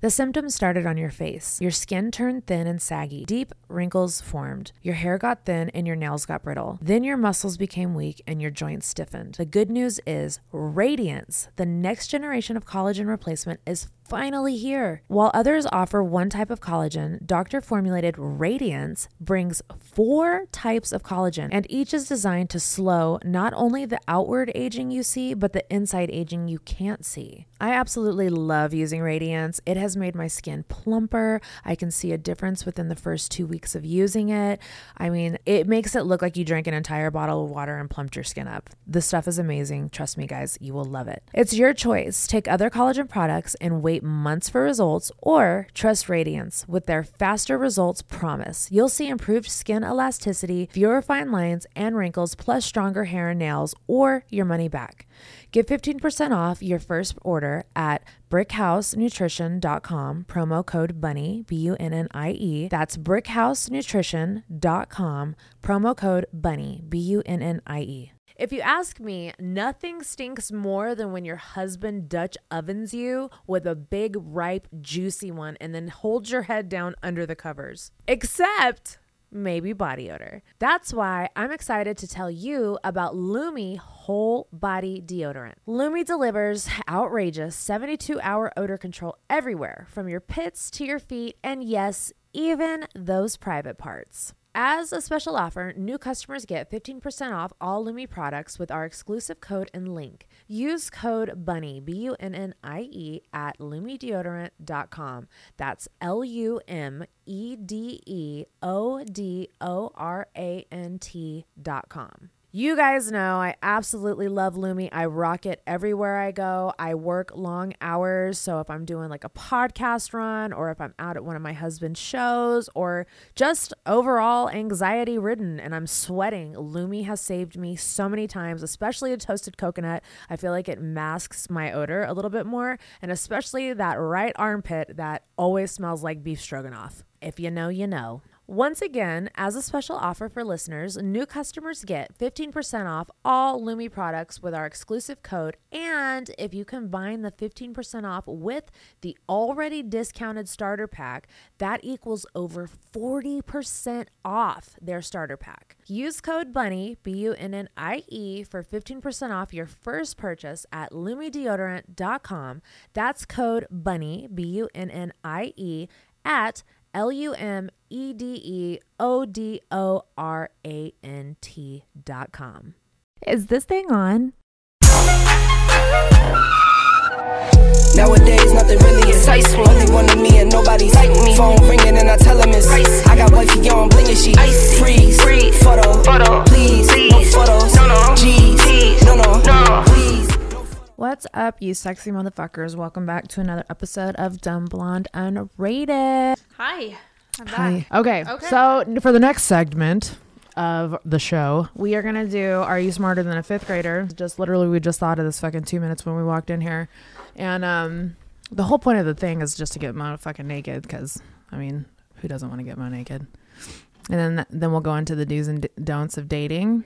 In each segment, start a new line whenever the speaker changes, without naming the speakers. The symptoms started on your face. Your skin turned thin and saggy. Deep wrinkles formed. Your hair got thin and your nails got brittle. Then your muscles became weak and your joints stiffened. The good news is Radiance, the next generation of collagen replacement, is finally here. While others offer one type of collagen, doctor formulated Radiance brings four types of collagen, and each is designed to slow not only the outward aging you see, but the inside aging you can't see. I absolutely love using Radiance. It has made my skin plumper. I can see a difference within the first two weeks of using it. I mean, it makes it look like you drank an entire bottle of water and plumped your skin up. The stuff is amazing. Trust me, guys, you will love it. It's your choice. Take other collagen products and wait months for results, or trust Radiance with their faster results promise. You'll see improved skin elasticity, fewer fine lines and wrinkles, plus stronger hair and nails, or your money back. Get 15% off your first order at brickhousenutrition.com, promo code BUNNY, B U N N I E. That's brickhousenutrition.com, promo code BUNNY, B U N N I E. If you ask me, nothing stinks more than when your husband Dutch ovens you with a big, ripe, juicy one and then holds your head down under the covers. Except maybe body odor. That's why I'm excited to tell you about Lumi whole body deodorant. Lumi delivers outrageous 72 hour odor control everywhere from your pits to your feet and yes, even those private parts. As a special offer, new customers get 15% off all Lumi products with our exclusive code and link. Use code BUNNY, B U N N I E, at lumideodorant.com. That's L U M E D E O D O R A N T.com. You guys know I absolutely love Lumi. I rock it everywhere I go. I work long hours. So if I'm doing like a podcast run or if I'm out at one of my husband's shows or just overall anxiety ridden and I'm sweating, Lumi has saved me so many times, especially a toasted coconut. I feel like it masks my odor a little bit more and especially that right armpit that always smells like beef stroganoff. If you know, you know. Once again, as a special offer for listeners, new customers get 15% off all Lumi products with our exclusive code. And if you combine the 15% off with the already discounted starter pack, that equals over 40% off their starter pack. Use code BUNNY, B U N N I E, for 15% off your first purchase at lumideodorant.com. That's code BUNNY, B U N N I E, at L U M E D E O D O R A N T dot com. Is this thing on?
Nowadays, nothing really is ice Only one of me and nobody's like me. Phone ringing and I tell him it's ice. I got wifey on blinking she ice. Freeze, freeze, photo, photo, please, please, no photos, no, no, G's, G's, no, no, no, please.
What's up, you sexy motherfuckers? Welcome back to another episode of Dumb Blonde Unrated.
Hi. I'm back.
Okay,
Okay.
so n- for the next segment of the show, we are gonna do "Are You Smarter Than a Fifth Grader?" Just literally, we just thought of this fucking two minutes when we walked in here, and um, the whole point of the thing is just to get Mo fucking naked because I mean, who doesn't want to get Mo naked? And then then we'll go into the do's and d- don'ts of dating.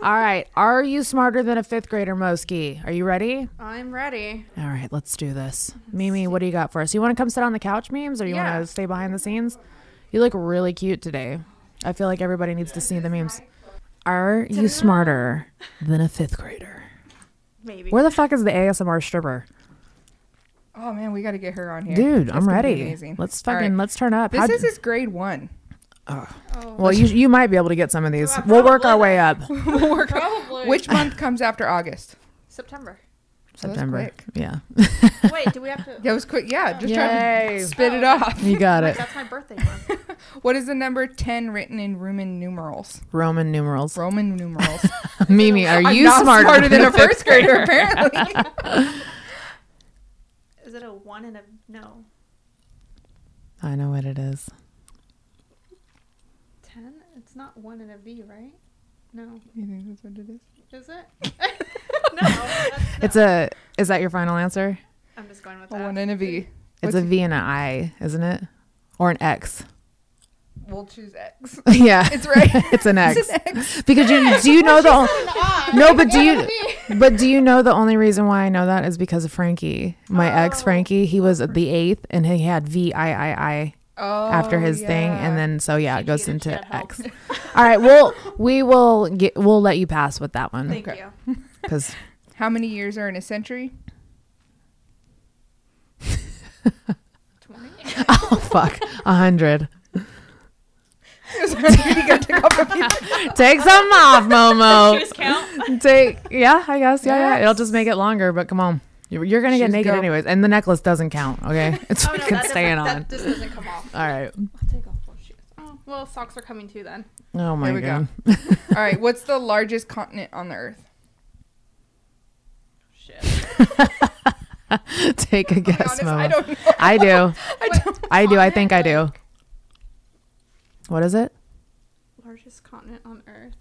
All right, are you smarter than a fifth grader, Moski? Are you ready?
I'm ready.
All right, let's do this. Mimi, what do you got for us? You want to come sit on the couch, memes, or you
Yeah.
want to stay behind the scenes? You look really cute today. I feel like everybody needs to see the memes. Are you smarter than a fifth grader?
Maybe.
Where the fuck is the ASMR stripper?
Oh man, we got to get her on here,
Dude,
It's
I'm
gonna be
ready.
amazing.
Let's
All right.
fucking let's turn up.
This
How'd-
is his grade one.
well, you you might be able to get some of these. We'll work our way up.
We'll work-
Probably.
Which month comes after August?
September.
So that's
September.
quick.
Yeah.
Wait, do we have to?
That was quick. Yeah, just trying
Yay.
to spit it
Oh, okay.
off.
You got
Like,
it.
that's my birthday month.
What is the number ten written in Roman numerals?
Roman numerals.
Roman numerals.
Mimi, are
I'm
you
not
smarter,
than a
fifth
first grader? Apparently.
Is it a one and a no?
I know what it is.
Ten? It's not one and a V, right? No.
you think that's what it is?
Is it? no. that's-
It's a is that your final answer?
I'm just going with
A
that.
one and a V.
It's
What's-
a V and an I, isn't it? Or an X.
we'll choose X.
Yeah,
It's right.
It's an X.
It's an X.
because you do you know the
An R.
no, but do
Yeah,
you but do you know the only reason why I know that is because of Frankie, my ex Frankie. He was the eighth, and he had V I I I
Oh,
after his thing,
yeah.
and then so yeah, it goes
cheated,
into
she had
X. All right, well we will get we'll let you pass with that one
Thank you.
because
How many years are in a century?
20?
oh fuck, a hundred.
you gotta take off a few.
Take some off, Momo.
Just count.
Take yeah, I guess yeah, yeah. It'll just make it longer, but come on. You're, you're gonna get
She's
naked
dope.
anyways, and the necklace doesn't count. Okay, it's
Oh, no,
fucking
that
staying
doesn't-
on.
That just doesn't come off.
All right.
I'll take off both shoes. Oh, well, socks are coming too then.
Oh my
we
god.
go. All right, what's the largest continent on the earth?
Shit.
Take a
Be
guess,
honest,
Momo.
I don't know.
I do.
I don't.
I do. I think I do. What is it?
Largest continent on Earth.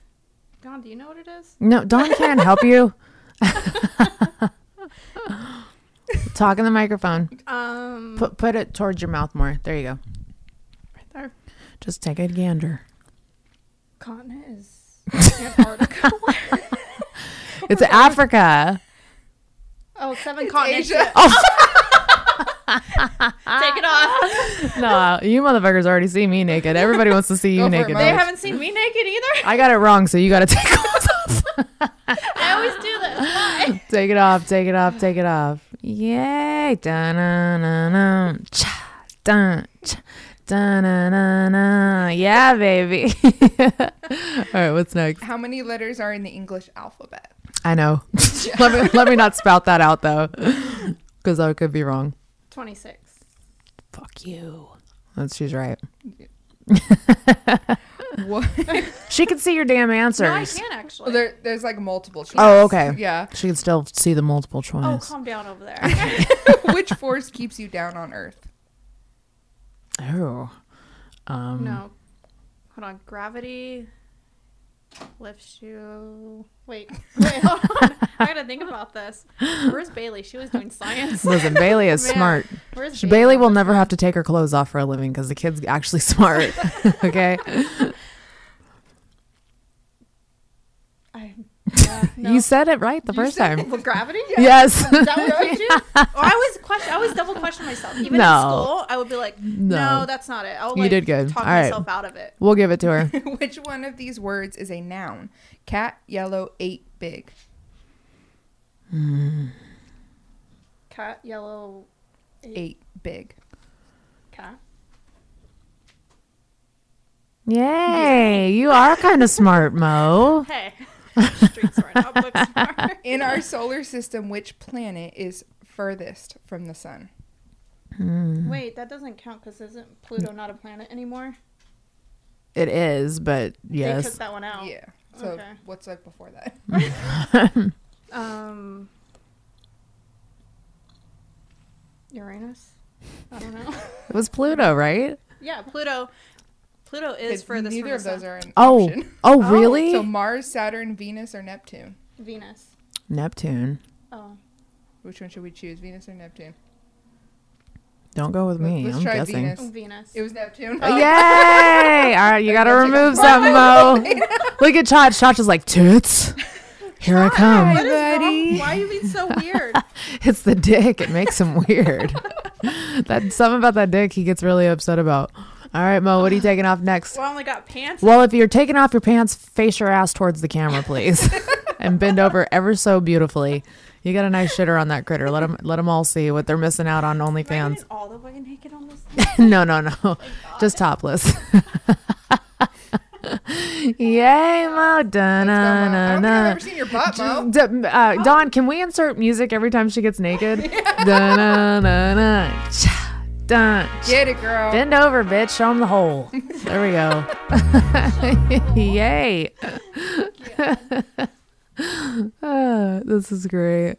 Don, do you know what it is?
No, Don can't help you. Talk in the microphone.
Um,
Put put it towards your mouth more. There you go.
right there.
Just take a gander.
Continent is Antarctica.
It's Africa.
oh, seven continents.
Asia.
Take it off.
No, you motherfuckers already see me naked. Everybody wants to see you
Go for it,
naked.
Mom.
They
bitch.
haven't seen me naked either.
I got it wrong, so you got to take off.
I always do this. Why?
take it off. Take it off. Take it off. Yay! Dun dun dun dun. Cha dun. Cha. Dun, dun, dun, dun. Yeah, baby. All right, what's next?
How many letters are in the English alphabet?
I know. let me let me not spout that out though, because I could be wrong.
26.
Fuck you. That's she's right.
What?
She can see your damn
No, I
answers.
can
Well,
actually.
there, there's like multiple choices.
oh, okay.
Yeah.
She can still see the multiple choice.
oh, calm down over there.
Which force keeps you down on Earth?
Oh. Um,
no. Hold on. Gravity lifts you. Wait. Wait, hold on. I gotta think about this. Where's Bailey? She was doing science.
Listen, Bailey is
Man.
smart.
Where's
She- Bailey will never have to take her clothes off for a living because the kid's actually smart. okay,
I, yeah, no.
you said it right the first
said
time.
Well, gravity?
Yes.
Is that what I do? Or I always question. I always double question myself. Even
No.
in school, I would be like, "No,
No.
that's not it." I'll
You
like,
did good.
Talk
All right.
myself out of it.
we'll give it to her.
Which one of these words is a noun? Cat, yellow, eight, big.
Cat, yellow,
Eight, big.
cat.
Yay! You are kind of smart, Mo.
Hey, street smart, not book smart.
In our solar system, which planet is furthest from the sun?
Wait, that doesn't count because isn't Pluto not a planet anymore?
It is, but
They took
yes,
that one out.
Yeah. So
Oh, Okay.
what's like before that?
Um, Uranus. I don't know.
it was Pluto, right?
yeah, Pluto. Pluto is
It-
furthest
neither
from
of
the
those
sun.
are an
Oh,
option.
oh, really?
So Mars, Saturn, Venus, or Neptune?
Venus.
Neptune.
Oh,
Which one should we choose? Venus or Neptune?
Don't go with me.
Let's
I'm
try
guessing.
Venus.
Venus.
It was Neptune.
Yay! All right, you gotta remove some, Mo. Look at Chach. Chach is like toots. Here I come.
Hi, buddy.
Why are you being so weird?
It's the dick. It makes him weird. that something about that dick he gets really upset about. All right, Mo, what are you taking off next?
well, I only got pants.
Well, if you're taking off your pants, face your ass towards the camera, please, and bend over ever so beautifully. You got a nice shitter on that critter. Let them let them all see what they're missing out on
Am I
OnlyFans.
getting all the way naked on this.
no, no, no, just topless. Yay, Mo! Dun,
Let's go, Mom. I
dun,
don't think I've
dun,
ever seen your butt, Mo.
D- uh, Dawn, can we insert music every time she gets naked? Da-na-na-na. Cha, dun, ch-
Get it, girl.
Bend over, bitch. Show them the hole. There we go. Yay. Ah, this is great.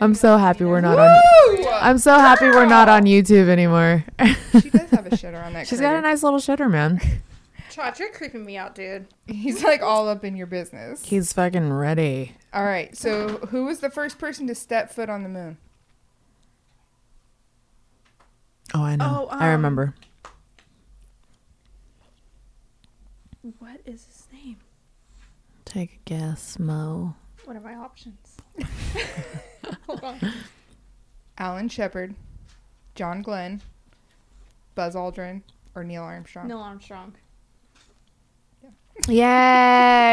I'm so happy we're not on.
Woo!
I'm so happy we're not on YouTube anymore.
She does have a shitter on that.
She's got a nice little shitter, man.
Chach, you're creeping me out, dude.
He's like all up in your business.
He's fucking ready.
All right. So who was the first person to step foot on the moon?
Oh, I know.
Oh,
I
um,
remember.
Take a guess, Mo.
What are my options?
Alan Shepard, John Glenn, Buzz Aldrin, or Neil Armstrong.
Neil Armstrong.
Yay,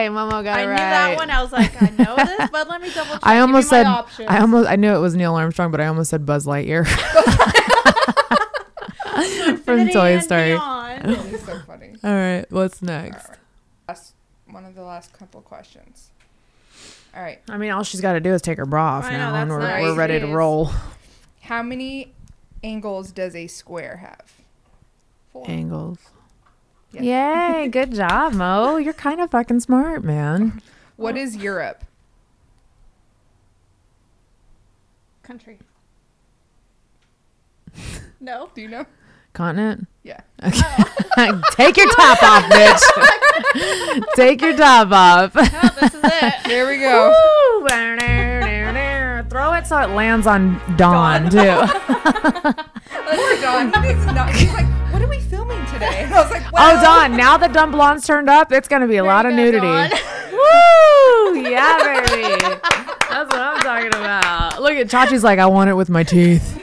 Momo got
I
it right.
knew that one. I was like, I know this, but let me double check.
I
Give me
almost
my
said
options.
I almost I knew it was Neil Armstrong, but I almost said Buzz Lightyear from
Infinity
Toy
and
Story. All
Beyond.
That is so funny.
right, what's next?
Last, one of the last couple questions. All right.
I mean, all she's got to do is take her bra off
I know,
now, and
that's
we're,
not
we're ready to
easy.
roll.
How many angles does a square have?
Angles.
Yay, good job, Mo. You're kind of fucking smart, man.
What is Europe?
Country. No.
Do you know?
Continent?
Yeah.
Oh.
Take your top off, bitch. Take your top off.
No, this is it.
There we go.
Woo! Throw it so it lands on Dawn, too.
Poor Don. He's not. He's like, what are we filming today? And I was like,
Oh,
well,
Dawn, now that Dumb Blonde's turned up, it's going to be a lot of
you go,
nudity.
Dawn.
Woo! Yeah, baby. That's what I'm talking about. Look at Chachi's like, I want it with my teeth.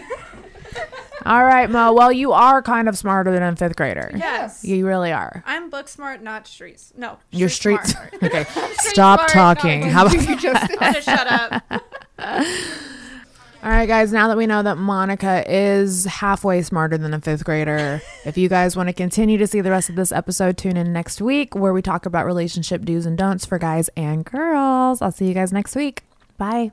All right, Mo. Well, you are kind of smarter than a fifth grader.
Yes.
You really are.
I'm book smart, not streets. No.
Your
street
streets.
smart.
okay.
Street
Stop
smart,
talking.
not-
How about
you just
I'm gonna shut up.
All right, guys, now that we know that Monica is halfway smarter than a fifth grader, if you guys want to continue to see the rest of this episode, tune in next week where we talk about relationship do's and don'ts for guys and girls. I'll see you guys next week. Bye.